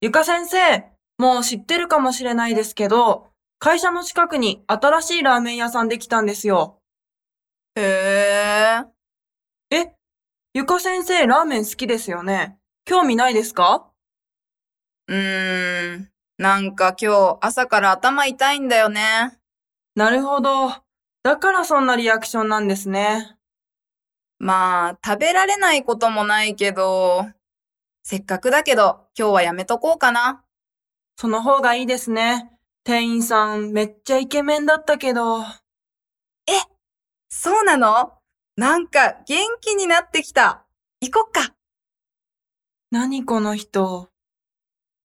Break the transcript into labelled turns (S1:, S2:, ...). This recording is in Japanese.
S1: ゆか先生、もう知ってるかもしれないですけど、会社の近くに新しいラーメン屋さんできたんですよ。
S2: へえ。
S1: え、ゆか先生ラーメン好きですよね。興味ないですか
S2: うーん。なんか今日朝から頭痛いんだよね。
S1: なるほど。だからそんなリアクションなんですね。
S2: まあ、食べられないこともないけど、せっかくだけど今日はやめとこうかな。
S1: その方がいいですね。店員さんめっちゃイケメンだったけど。
S2: そうなのなんか元気になってきた。行こっか。
S1: 何この人。